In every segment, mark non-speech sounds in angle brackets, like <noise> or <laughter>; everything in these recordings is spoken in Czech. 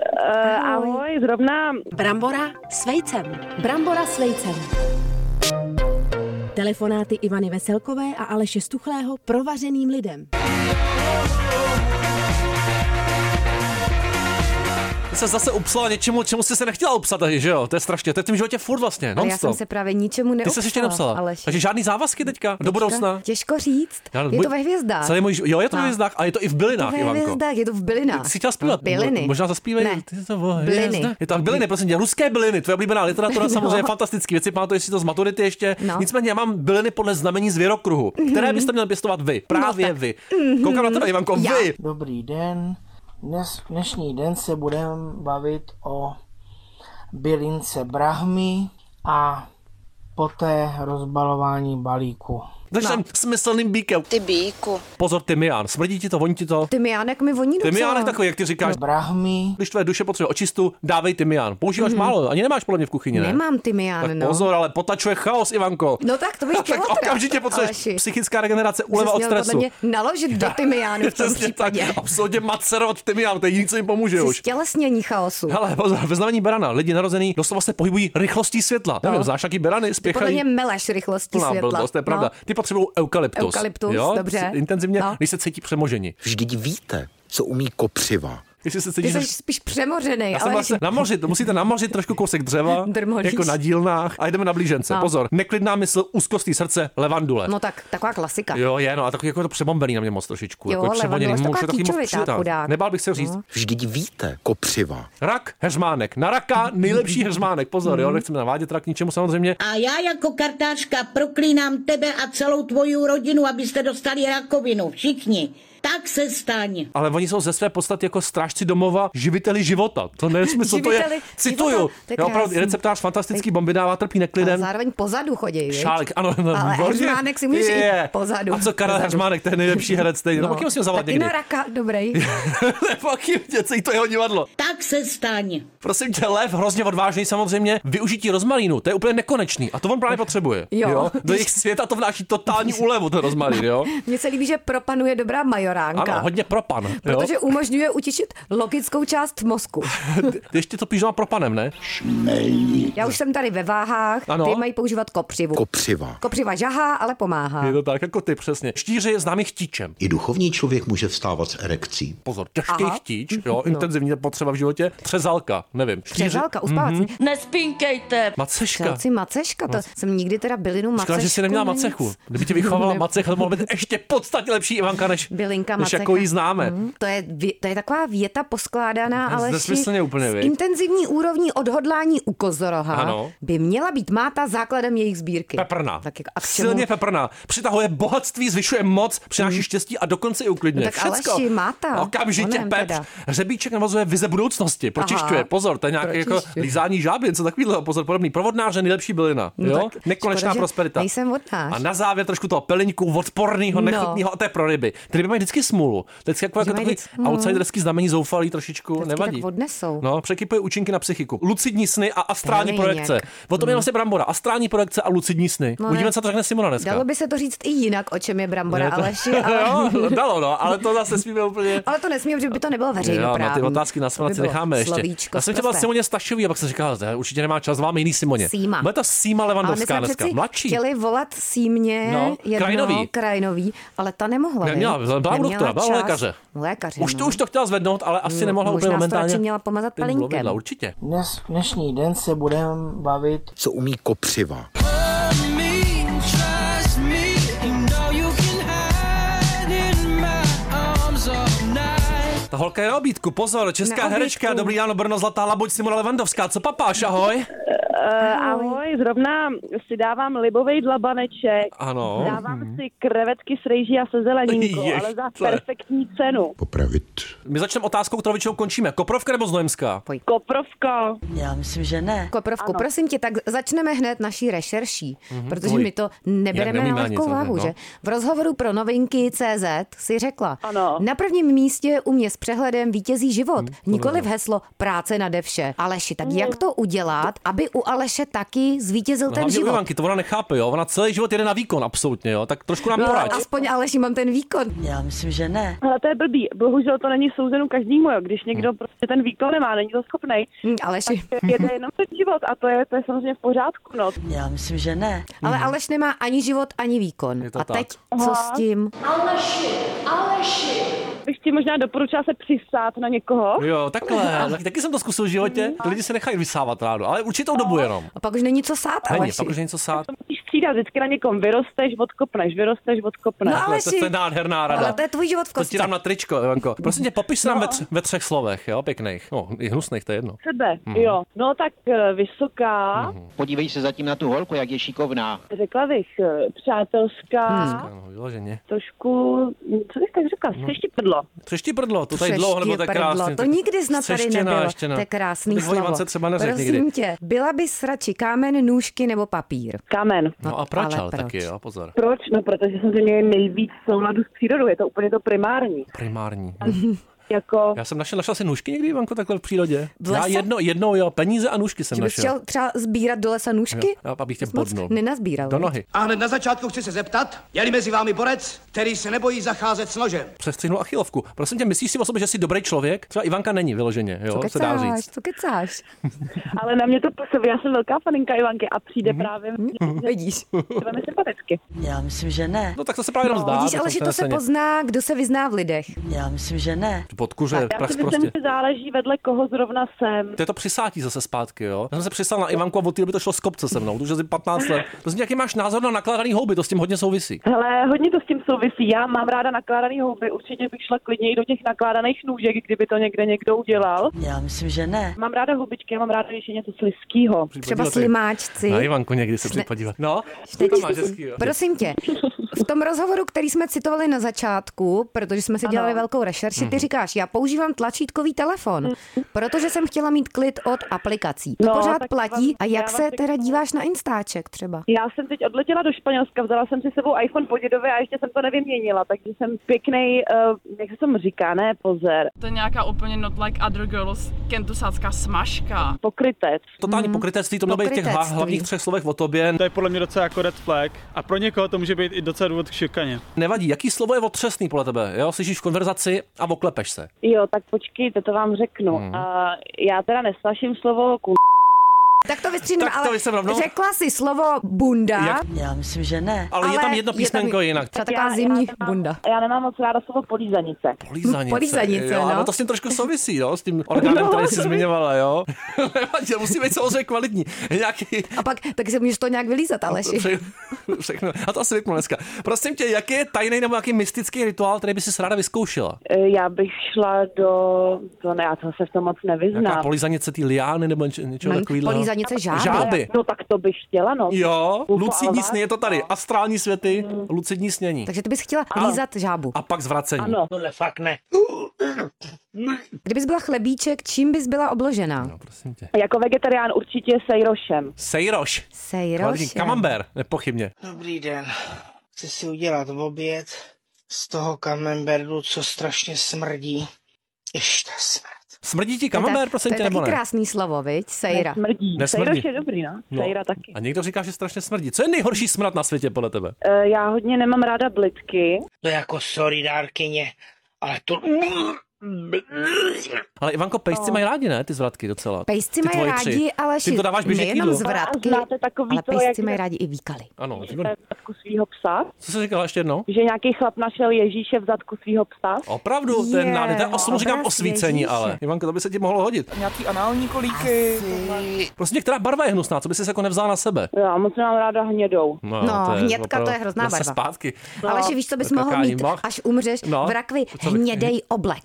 Uh, ahoj. ahoj, zrovna Brambora s vejcem. Brambora s vejcem. Telefonáty Ivany Veselkové a Aleše Stuchlého provařeným lidem. Ty se zase upsala něčemu, čemu jsi se nechtěla upsat, že jo? To je strašně. To je v tom životě furt vlastně, Ale já jsem non-stop. se právě ničemu Ty neupsala. jsi se ještě napsala. Aleš. Takže žádný závazky teďka, do budoucna. Těžko říct. Já- je můj- to ve hvězdách. Celý můj, ži- jo, je to ve No. hvězdách, ale je to i v bylinách, ve Ivanko. hvězdách, je to v bylinách. Jsi chtěla zpívat? Byliny. Mo- Možná zaspívej. Ne. Ty to bylo Byliny. hvězda. Je to tak, byliny, prosím tě. Ruské byliny, tvoje oblíbená literatura, <laughs> No. samozřejmě fantastické věci, pamatuješ si to z maturity ještě. No. Mhm. Nicméně já mám byliny podle znamení z věrokruhu, které byste měli pěstovat vy. Právě vy. Koukám na tebe, Ivanko, No Já. vy. Dobrý den. Dnes, dnešní den se budeme bavit o bylince brahmy a poté rozbalování balíku. Začneme smyslným bíkem. Ty bíku. Pozor, tymián. Smrdí ti to, voní ti to. Tymiánek mi voní docela. Tymián je takový, jak ty říkáš. No. Brahmy Když tvoje duše potřebuje očistu, dávej tymián. Používáš málo, ani nemáš podle mě v kuchyni, ne? Mhm. Nemám tymián, Tak no. pozor, ale potačuje chaos, Ivanko. No tak to bych <laughs> chtěla tak teda, okamžitě potřebuješ Aleši. psychická regenerace, uleva Jsi od měl podle stresu. mě <laughs> naložit do tymiánu v tom Přesně tak, případě. absolutně macerovat tymián, to je jediný, co jim pomůže už. Stělesnění chaosu. Hele, pozor, ve znamení berana, lidi narozený doslova se pohybují rychlostí světla. No. Nevím, znáš jaký berany, Podle spěchají. mě meleš rychlostí Plná světla. No. blbost, to je pravda. Ty potřebují eukalyptus. Eukalyptus, jo? dobře. s- Intenzivně, No. když se cítí přemoženi. Vždyť víte, co umí kopřiva. Jestli se No. Ty cítíš, jsi že- spíš přemořený, já jsem ale vlastně na moři, to musíte namořit trošku kousek <laughs> dřeva, Drmolíš. jako na dílnách a jdeme na blížence. No. Pozor, neklidná mysl, úzkostí srdce, levandule. No tak, taková klasika. Jo, je, no a takový jako to přebombený na mě moc trošičku. Jo, jako je levandula převoněný, je muž, taková je takový moc kýčovitá, přijatá. chudák. No. Nebál bych se říct. Vždyť víte, kopřiva. Rak, heřmánek. Na raka nejlepší heřmánek. Pozor, Mm. jo, nechceme navádět rak k ničemu samozřejmě. A já jako kartářka proklínám tebe a celou tvoji rodinu, abyste dostali rakovinu. Všichni. Tak se staň. Ale oni jsou ze své podstaty jako strážci domova, živiteli života. To ne, smysl, to je, Živiteli cituju. života, to je Jo, opravdu, krásný. receptář fantastický bomby dává trpí A neklidem. zároveň pozadu chodí, viď? Šálek, ano. no, Ale výborně. Heřmánek si může jít Je. pozadu. A co Karel Pozadu. Heřmánek, to je nejlepší herec stejně. No, no. musím zavolat Taky někdy. <laughs> na raka, dobrý. Nepochybně, co jí to jeho divadlo. Tak se staň. Prosím tě, lev hrozně odvážný samozřejmě. Využití rozmarínu, to je úplně nekonečný. A to on právě potřebuje. Jo. Do jejich světa to vnáší totální úlevu, ten rozmarín, <laughs> jo. Mně se líbí, že propanuje dobrá majoránka. Ano, hodně propan. jo. Protože umožňuje utišit logickou část mozku. Ty <laughs> ještě to píš doma propanem, ne? Já už jsem tady ve váhách, Ano. ty mají používat kopřivu. Kopřiva. Kopřiva žahá, ale pomáhá. Je to tak, jako ty přesně. Štíři je známý chtíčem. I duchovní člověk může vstávat s erekcí. Pozor, těžký Aha. Aha. Mhm. No. chtíč, jo, intenzivní potřeba v životě. Třezalka, nevím. Štíři- Přežalka, mhm, uspávací. Mm-hmm. Nespinkejte. Maceška. Celci maceška, to jsem nikdy teda bylinu macešku. Škoda, že jsi neměla macechu. nic. Kdyby tě vychovala <laughs> Ne- macech, to mohla být ještě podstatně lepší Ivanka, než, Bylinka než macecha. jako ji známe. Mhm. To, je, vě- to je taková věta poskládaná, Ne, ale nesmyslně úplně, s viď? intenzivní úrovní odhodlání u kozoroha Ano. by měla být máta základem jejich sbírky. Peprná. Tak jako, a k čemu? Silně peprná. Přitahuje bohatství, zvyšuje moc, přináší štěstí a dokonce i uklidňuje. Mm. No tak Všecko. Aleši, má ta. Okamžitě Onem pepř. teda. Hřebíček navazuje vize budoucnosti. Pročišťuje. Aha. Pozor, to je nějaké jako Pročišťuje. lízání žáby, něco takového. Pozor, podobný. Provodnáře, nejlepší bylina. No jo? tak Nekonečná škoda, že prosperita. nejsem vodnář. A na závěr trošku toho peliňku odporného, No. nechutného, a to je pro ryby. Ty ryby mají vždycky smůlu. To je vždycky jako, jako Že mají takový vždycky- no. outsiderský znamení zoufalý trošičku. Vždycky nevadí. tak odnesou. No, překypuje účinky na psychiku. Lucidní sny a astrální Peliněk. projekce. O tom je vlastně brambora. Astrální projekce a lucidní sny. Hmm. No ne. Uvidíme, co to řekne Simona dneska. Dalo by se to říct i jinak, o čem je brambora, Ne, to- <laughs> Aleši, ale... jo, dalo, no, ale to zase smíme úplně. Ale to nesmí, protože by to nebylo Jo, veřejnoprávní. no, ty otázky na To by smrát si bylo necháme ještě. Slovíčko, Já jsem vlastně chtěla sprosté. Simoně Stašový, a pak jsem říkal, že určitě nemá čas, vám jiný Simoně. Síma. Bude to Síma Ale my Levandovská jsme dneska, přeci mladší. chtěli volat símě No, jedno, Krajinový. krajinový, ale ta nemohla. Neměla, viď? byla u Neměla doktora, byla u čas. lékaře. Lékaře, Už no. to, už to chtěla zvednout, ale asi No, nemohla možná úplně si to momentálně. radši měla pomazat Ty palinkem. mluvidla, Určitě. dnes, dnešní den se budeme bavit Co umí kopřiva. Ta holka je na obídku, pozor, česká Na obídku. herečka, dobrý ráno, Brno, Zlatá labuť, Simona Levandovská, co papáš, ahoj? Uh, ahoj, zrovna si dávám libovej dlabaneček. Ano. Dávám si krevetky s rejží a se <laughs> zeleninkou, ale za Ještle. perfektní cenu. Popravit. My začneme otázkou, kterou většinou končíme. Koprovka nebo Znojemská? Koprovka. Já myslím, že ne. Koprovku, prosím tě, tak začneme hned naší rešerší, protože Mhm. Oj. my to Jak nebereme neumíme na nic, lehkou no, váhu, no. že? V rozhovoru pro novinky CZ si řekla, Ano. na prvním místě u mě s Mhm. přehledem vítězí život, nikoli v heslo práce nade vše. Aleši, tak jak to udělat, aby u Aleše taky zvítězil No, ten hlavně u život. Ivanky, to ona nechápe, jo. Ona celý život jede na výkon, absolutně, jo. Tak trošku nám No, poraď. aspoň Aleši mám ten výkon. Já myslím, že ne. Ale to je blbý. Bohužel to není souzeno každému, jo. Když někdo prostě ten výkon nemá, není to schopný, Hm, Aleši. jede jenom ten život a to je, to je samozřejmě v pořádku, no. Já myslím, že ne. Ale Aleš nemá ani život, ani výkon. Mhm. Je to A tak. teď co s tím? Bych ti možná doporučila se přistát na někoho. Jo, <laughs> takhle. Taky, taky jsem to zkusil v životě. Mhm. Ty lidi se nechají vysávat rádu, ale určitou dobu jenom. A pak už není co sát, Není, Aleši. pak už je něco sát. No, To musíš střídat, vždycky na někom vyrosteš, odkopneš, vyrosteš, odkopneš. No, Takhle, to, to je Aleši. nádherná rada. Ale No. to je tvůj život v To ti kostce. dám na tričko, Ivanko. Prosím tě, popiš se nám ve, tř- ve třech slovech, jo, pěkných. No, i hnusných, to je jedno. Sebe, jo. No tak eh, vysoká, Mhm. Podívej se zatím na tu holku, jak je šikovná. Hmm. řekla bych eh, přátelská, No, vyloženě. trošku, co bych tak řekla, no. seštiprdlo. Třeští prdlo, to tady dlouho nebo tak Přeštíprdlo, krásně. To nikdy snad tady Třeštěná, nebylo. ještěná. To je krásný Tak o slovo. Ivance třeba neřek Prosím nikdy. tě, byla bys radši kámen, nůžky nebo papír? Kámen. No a proč, ale ale proč? taky, jo, pozor. Proč? No, protože samozřejmě je nejvíc v souladu s přírodou, je to úplně to primární. Primární. Jako, Já jsem našel, našel si nůžky někdy, Ivanko, takhle v přírodě? V Já lese? jedno, jednou, jo, peníze a nůžky jsem Že bys našel. chtěl třeba sbírat do lesa nůžky? Jo, abych tě Jsi moc bodnul. Nenazbíral. Do viď? nohy. A hned na začátku chci se zeptat, je-li mezi vámi borec, který se nebojí zacházet s nožem. Přestřihnul achilovku. Prosím tě, myslíš si o sobě, že jsi dobrý člověk? Třeba Ivanka není vyloženě, jo, Co se dá kecáš, říct. co kecáš? ale na mě to působí, já jsem velká faninka Ivanky a přijde Mhm. právě Vidíš. velmi sympaticky. Já myslím, že ne. No tak to se právě jenom zdá. Vidíš, tak ale že to se neseně. pozná, kdo se vyzná v lidech. Já myslím, že ne. Podkuře, Já si prax myslím, prostě. že záleží vedle koho zrovna jsem. To je to přisátí zase zpátky, jo? Já jsem se přisál na Ivanku a od té doby to šlo z kopce se mnou, to už asi 15 let. Prostě jaký máš názor na nakládaný houby, to s tím hodně souvisí. Hele, hodně to s tím souvisí. Já mám ráda nakládaný houby, určitě bych šla klidně i do těch nakládaných nůžek, kdyby to někde někdo udělal. Já myslím, že ne. Mám ráda houbičky, já mám ráda, když je něco sliskýho. Třeba Podívej. slimáčci. Na Ivanku někdy se přijď podívat. No, Teď, to máš hezký, jo. prosím tě, v tom rozhovoru, který jsme citovali na začátku, protože jsme si dělali velkou rešerši, Mhm. ty říkáš, já používám tlačítkový telefon, protože jsem chtěla mít klid od aplikací. To Mhm. No, pořád tak platí. vám- A já jak vám se řeknu- no. teda díváš na Instaček třeba? Já jsem teď odletěla do Španělska, vzala jsem si sebou iPhone podědové a ještě jsem to nevyměnila, takže jsem pěkný, uh, jak se tomu říká, ne pozer, To je nějaká úplně not like other girls, kentosácká smažka. pokrytec. Totální pokrytectví, to mělo být v těch hla- Mhm. Pokrytectví. hlavních třech slovech o tobě. To je podle mě docela jako red flag a pro někoho to může být i docela důvod k šikaně. Nevadí, jaký slovo je otřesný podle tebe? Jo, slyšíš v konverzaci a oklepeš se. Jo, tak počkejte, to vám řeknu. Mm. Uh, já teda nesnaším slovo ku... Tak to vystřídám, Tak to ale jsem rovnou- řekla si slovo bunda. Jak- Já myslím, že ne. Ale, ale je tam jedno písmenko jinak. Třeba taková zimní bunda. Já nemám moc ráda slovo polízanice. Polízanice. Polízanice, jo, no. Ano, to s tím trošku souvisí, jo, s tím orgánem, který jsi zmiňovala, jo. <laughs> Nevadí, musí být samozřejmě kvalitní. Nějaký, A pak taky se můžeš to nějak vylízat, No, Aleši. Pře- <laughs> Všechno. A to asi vypnu dneska. Prosím tě, jaký je tajný nebo jaký mystický rituál, který by si ráda vyzkoušela? Eh, Já bych šla do... To ne, já to se v tom moc Nějaká nevyznám. polizanice té liány nebo něč- něčeho Hm, takového? polízanice žáby. Žáby. No tak to bych chtěla, no. Jo, Ufa, lucidní ale sny je to tady. Astrální světy, lucidní snění. Takže ty bys chtěla lízat žábu. A pak zvracení. Ano. Kdybys byla chlebíček, čím bys byla obložená? No, prosím tě. Jako vegetarián určitě sejrošem. Sejroš. Sejroš. Kvalitní Kamember, nepochybně. Dobrý den. Chci si udělat oběd z toho kamemberdu, co strašně smrdí. Ještě smrt. Smrdí ti kamember, to prosím je tě, taky nebo ne? krásný slovo, viď? Sejra. Smrdí. Nesmrdí. Sejroš je dobrý, no. No. Sejra taky. A někdo říká, že strašně smrdí. Co je nejhorší smrad na světě podle tebe? Eh, Já hodně nemám ráda blitky. To je jako sorry dárkyně, ale to... Ale Ivanko, pejsci mají rádi, ne? Ty zvratky docela. No. Pejsci Ty mají tvoje tři. rádi, ale Ty to dáváš běžně k nejenom jídlu. A zvratky, znáte takový ale to, pejsci no, jak- mají rádi i víkaly. Ano, že to je v zadku svého psa, co jsi říkala ještě jednou? že nějaký chlap našel Ježíše v zadku svého psa. Opravdu, ten Je, nádherný. To já osm obraz říkám osvícení, Ježíše. ale. Ivanko, to by se ti mohlo hodit. Nějaký anální kolíky. Prostě některá barva je hnusná, co by si jako nevzal na sebe. Já moc nemám ráda hnědou. No, hnědka, to je hrozná zase barva. zpátky. No. Ale že víš, co bys Tak mohl jaká mít, jima? až umřeš No. v rakvi Co bych- hnědej <laughs> oblek.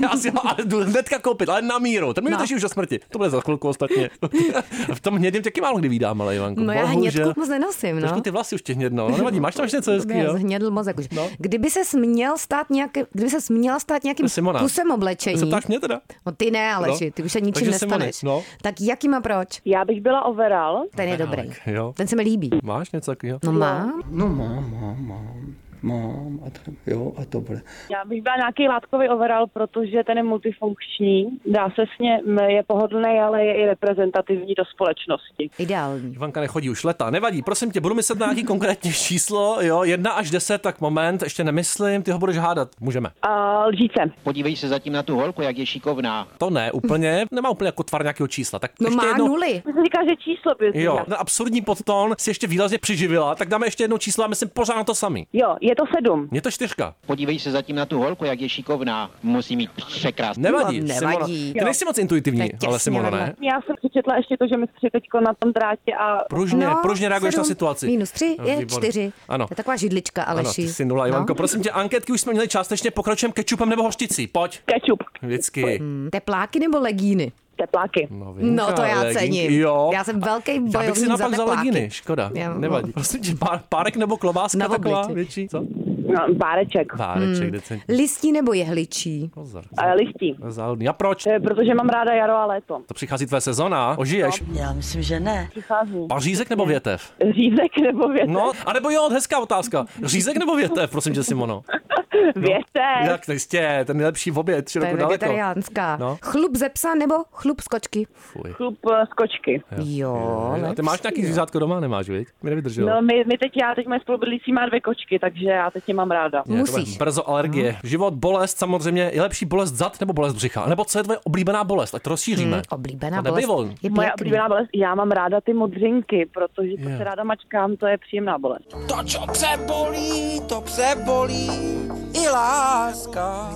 Já si ho ale jdu hnedka koupit, ale na míru. Ten mi no. už o smrti. To bude za chvilku <laughs> ostatně. v tom hnědém tě taky málo kdy vídám, ale Ivanko. No já bohužel. hnědku moc nenosím, Trošku no. ty vlasy už tě hnědnou. No, nevadí, máš tam ještě něco hezký, jo? Zhnědl mozek už. No. Kdyby se směl stát nějaký, kdyby se směla stát nějakým Simona. kusem Se oblečení, ptáš mě teda? no ty ne, Aleši, No. ty už se ničím Takže Simony, nestaneš. no. Tak jakým a proč? Já bych byla overall. Ten je Overalek, dobrý. jo. Ten se mi líbí. Máš něco takového? No mám. mám a tak, jo, a to bude. Já bych byla nějaký látkový overall, protože ten je multifunkční, dá se s ním, je pohodlný, ale je i reprezentativní do společnosti. Ideální. Ivanka nechodí už leta, nevadí, prosím tě, budu myslet na nějaký konkrétní číslo, jo, 1 až 10, tak moment, ještě nemyslím, ty ho budeš hádat, můžeme. A lžíce. Podívej se zatím na tu holku, jak je šikovná. To ne, úplně, nemá úplně jako tvar nějakého čísla, No, tak ještě jednou, nuly. Ty říká, že číslo by si Jo, říkal. na absurdní podton si ještě výrazně přiživila, tak dáme ještě jedno číslo a myslím pořád na to samý. Jo, je to sedm. Je to čtyřka. Podívej se zatím na tu holku, jak je šikovná. Musí mít překrásný. Nevadí. Simona, ty nejsi moc intuitivní, je těsně ale Simona ne. no. vedle. Já jsem přečetla ještě to, že my tři teďko na tom drátě a... Pružně, No, pružně reaguješ na sedm situaci. Minus tři No, je výborně. čtyři. Ano. To je taková židlička, Ano, Aleši. No. ty jsi nula, Ivanko. Prosím tě, anketky už jsme měli částečně, pokračujeme kečupem nebo hořticí. Pojď. Kečup. Vždycky. Hmm, Tepláky nebo legíny? Tepláky. No, Vinka, no to já legínky, cením. Jo. Já jsem velký Já bych bojovník si za napak za tepláky. leginy, škoda, Já- nevadí. Prosím tě, pár, párek nebo klobáska Na Hmm. taková obličej. větší, co? No, páreček. Páreček, Hmm. decentní. Listí nebo jehličí? Pozor. A listí. Eh, Záludný. A proč? Protože mám ráda jaro a léto. To přichází tvé sezona, ožiješ. No. Já myslím, že ne. Přichází. Pařízek nebo větev? Řízek nebo větev? No, a nebo jo, hezká otázka. Řízek nebo větev, prosím tě, Simono? Větev. no. Jak to jistě, ten nejlepší v oběd, tři To roku je daleko. vegetariánská. No. Chlup ze psa nebo chlup z kočky? Fuj. Chlup eh, z kočky. Jo. no A ty máš nějaký zvířátko doma, nemáš, viď? Mi nevydrželo. No, my, my teď, já teď moje spolubydlící má dvě kočky, takže já teď je mám ráda. Ne, to bude Brzo alergie. No. Život, bolest samozřejmě. Je lepší bolest zad nebo bolest břicha? A Nebo co je tvoje oblíbená bolest? Ať to rozšíříme. Hmm, oblíbená to bolest. Moje oblíbená bolest, já mám ráda ty modřinky, protože to Jo. se ráda mačkám, to je příjemná bolest. To, čo přebolí, to přebolí i láska,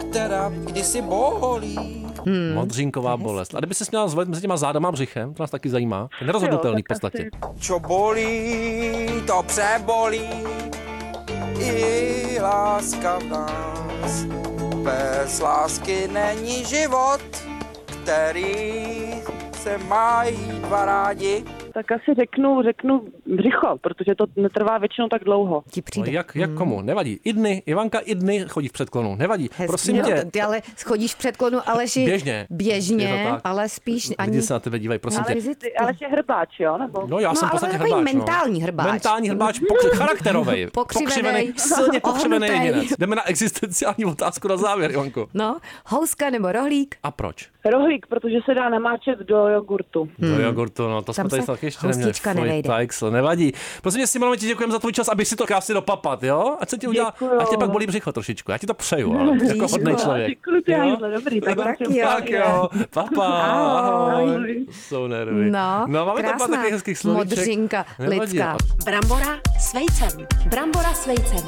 která kdysi bolí. Hmm. Modřínková bolest. A kdyby se měla zvolit mezi těma zádama a břichem, to nás taky zajímá. To je nerozhodnutelný v podstatě. Čo bolí, to přebolí i láska v nás. Bez lásky není život, který se mají dva rádi. Tak asi řeknu, řeknu břicho, protože to netrvá většinou tak dlouho. Ti No, jak, jak Hmm. komu? Nevadí. I dny, Ivanka i dny chodí v předklonu. Nevadí. Prosím no, tě. Ty ale chodíš v předklonu, Aleši. Běžně. Je to Běžně, tak. ale spíš ani... No, Lidi se na tebe dívají, prosím ale, tě. vizit- Ale je hrbáč, jo? Nebo? No, já jsem v ale to je podstatě takový hrbáč, no. mentální hrbáč. Mentální hrbáč, pokři- <laughs> charakterovej. Pokřivenej. silně pokřivený Ohnutej. jedinec. Jdeme na existenciální otázku na závěr, Ivanko. No, houska nebo rohlík? A proč? Rohlík, protože se dá namáčet do jogurtu. Hmm. Do jogurtu, no to Tam jsme tady se snad ještě neměli. houstička Fuj, nevejde. Tak, so, nevadí. Prosím tě, Simone, ti děkujeme za tvůj čas, aby si to krásně dopapat, jo? Ať se ti udělá, Děkuju. ať tě pak bolí břicho trošičku. Já ti to přeju, ale jsi jako hodnej člověk. Děkuji, ty Jo? hajzle, dobrý, tak, Tak vám všem jo, tak pěkně. jo. Papa, Ahoj. ahoj. Jsou nervy. No, no máme tam pár krásná takových hezkých slovíček. modřinka Nevadí, lidská. ale- Brambora s vejcem. Brambora s vejcem.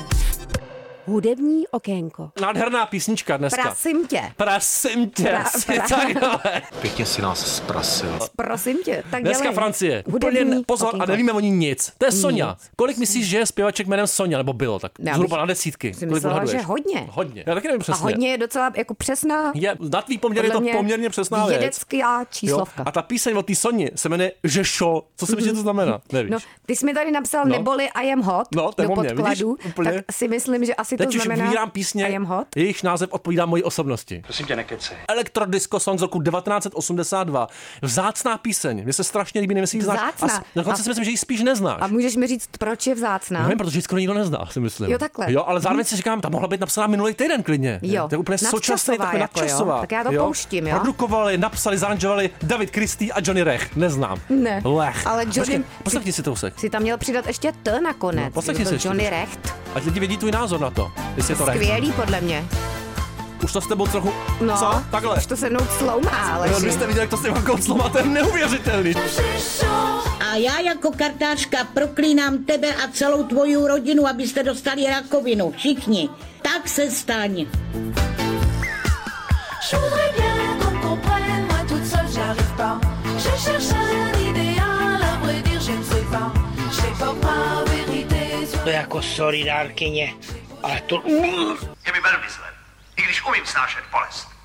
Hudební okénko. Nádherná písnička dneska. Prosím tě. Prosím tě, Pra- asi pra- <laughs> takhle. Pěkně si nás zprasil. Prosím tě, tak Dneska dělej. Francie. Úplně Hudební ne, pozor, okénko. a nevíme o ní nic. To je Sonja. Kolik myslíš, že je zpěvaček jménem Sonja, nebo bylo tak? Já bych Zhruba na desítky. si Kolik myslela, odhaduješ? že hodně. Hodně. Já taky nevím A přesně. hodně je docela jako přesná. Je, na tvý poměr je Podle to mě poměrně přesná věc. Vědecká číslovka. Jo? A ta píseň od té Soni se jmenuje Žešo. Co si myslíš, že to znamená? Nevíš. <laughs> No, ty jsi mi tady napsal No. neboli I am hot No, to je do o mně, vidíš? podkladu, Úplně. tak si myslím, že asi Teď to už znamená vybírám písně, I am hot. jejichž název odpovídá mojí osobnosti. Prosím tě, nekeci. Elektrodisco song z roku 1982. Vzácná píseň. Mně se strašně líbí, nevím, jestli ji znáš. A s- Vzácná. Dokonce A- si myslím, že ji spíš neznáš. A můžeš mi říct, proč je vzácná? Nevím, protože ji skoro nikdo nezná, si myslím. Jo, takhle. Mhm. Jo, ale zároveň si říkám, ta mohla být napsaná minulý týden klidně. Jo, To je úplně nadčasová současný, takový jako, jo. nadčasová. Tak já to pouštím, jo. Produkovali, napsali, zaranžovali David Christie a Johnny Rech. Neznám. Ne. Lech. Ale Johnny- Počkej, poslechni si to úsek. Jsi tam měl přidat ještě T nakonec. No, poslechni Byl si ještě Johnny to. Recht. Ať lidi vědí tvůj názor na to, jestli je to Rech. Skvělý podle mě. Už to s tebou trochu... No, Co? Takhle. už to se mnou sloumá, ale No, když jste viděli, jak to s Ivankou slova, to je neuvěřitelný. A já jako kartářka proklínám tebe a celou tvoji rodinu, abyste dostali rakovinu. Všichni. Tak se staň. Je voudrais bien qu'on me comprenne, moi toute seule j'arrive pas. Je cherche un idéal, à vrai dire je ne sais pas. J'évoque ma vérité sur To je jako solidárkyně, ale to... Je mi velmi zle, i když umím snášet bolest.